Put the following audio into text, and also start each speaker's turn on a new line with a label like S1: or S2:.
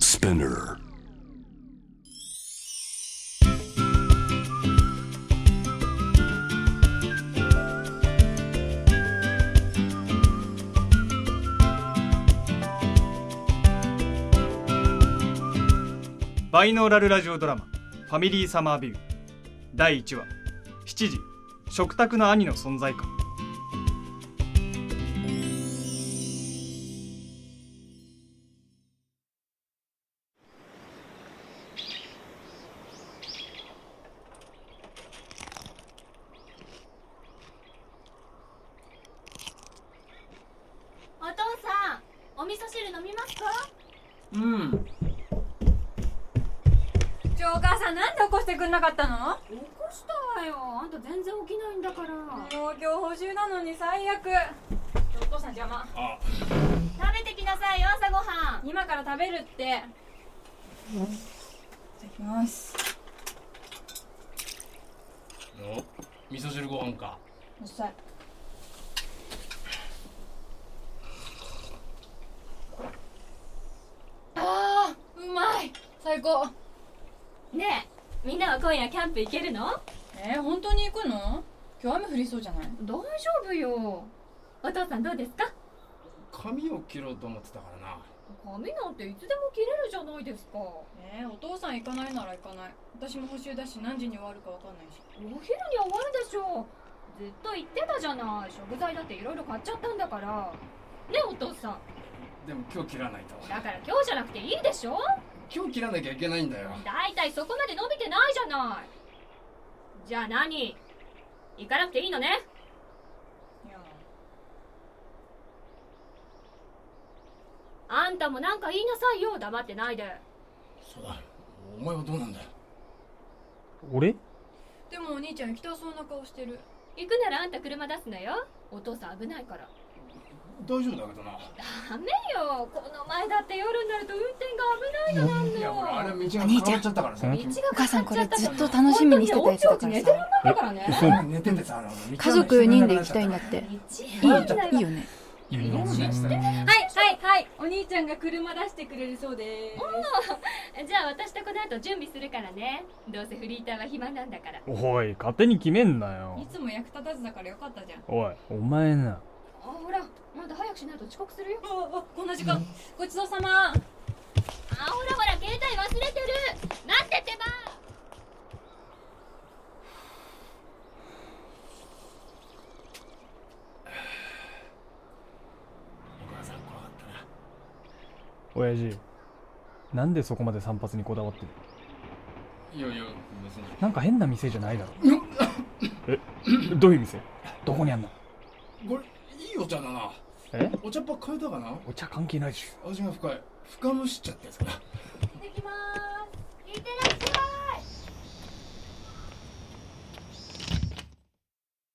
S1: Spinner.
S2: バイノーラルラジオドラマ「ファミリーサマービュー」第1話7時食卓の兄の存在感
S3: お父さんお味噌汁飲みますか
S4: うん
S3: ちょお母さんなんで起こしてくんなかったの起こしたわよあんた全然起きないんだからもう今日補習なのに最悪お父さん邪魔食べてきなさいよ朝ごはん今から食べるっていただきます
S4: お味噌汁ご飯か
S3: おっさいあーうまい最高
S5: ねえみんなは今夜キャンプ行けるの
S3: えー、本当に行くの今日雨降りそうじゃない
S5: 大丈夫よお父さんどうですか
S4: 髪を切ろうと思ってたからな
S5: 髪なんていつでも切れるじゃないですかお
S3: えー、お父さん行かないなら行かない私も補習だし何時に終わるか分かんないし
S5: 昼に終わるでしょうずっと言ってたじゃない食材だっていろいろ買っちゃったんだからねえお父さん
S4: でも今日切らないと
S5: だから今日じゃなくていいでしょ
S4: 今日切らなきゃいけないんだよ
S5: だいたいそこまで伸びてないじゃないじゃあ何行かなくていいのね
S3: いや
S5: あんたもなんか言いなさいよ黙ってないで
S4: そうだお前はどうなんだよ
S6: 俺
S3: でもお兄ちゃん行きたそうな顔してる
S5: 行くならあんた車出すなよお父さん危ないから
S4: 大丈夫だけどな
S5: ダメよこの前だって夜になると運転が危ないのなんの
S4: いやほらあれ道が
S7: お
S4: 変
S7: 兄
S4: わ
S7: ちゃん
S4: っちゃったからさ
S6: お
S4: 君
S7: お母さんこれずっと
S5: 楽
S7: 楽しみにしてたやつだからさ
S5: だからね
S6: そう
S4: 寝てんでさあの道が
S7: 家族4人で行きたいんだ
S4: っ
S7: っていい
S5: 一
S7: よ
S5: 番だよ
S7: いいよね
S4: てどうしたら
S3: はいはいはいお兄ちゃんが車出してくれるそうです
S5: じゃあ私とこの後準備するからねどうせフリーターは暇なんだから
S6: おい勝手に決めんないよ
S3: つも役立たずだからよかったじゃん
S6: おいお前な
S5: あほらまだ早くしないと遅刻するよ
S3: ああこんな時間ごちそうさま
S5: あほらほら携帯忘れてる待っててば
S4: お母さん怖かったな
S6: 親父なんでそこまで散髪にこだわってる
S4: いやいや別に
S6: なんか変な店じゃないだろえどういう店どこにあんの
S4: これいいお茶だな
S6: え
S4: お茶っ葉変えたかな
S6: お茶関係ないでし
S4: 味が深い深蒸し茶ってやつかな
S6: ょ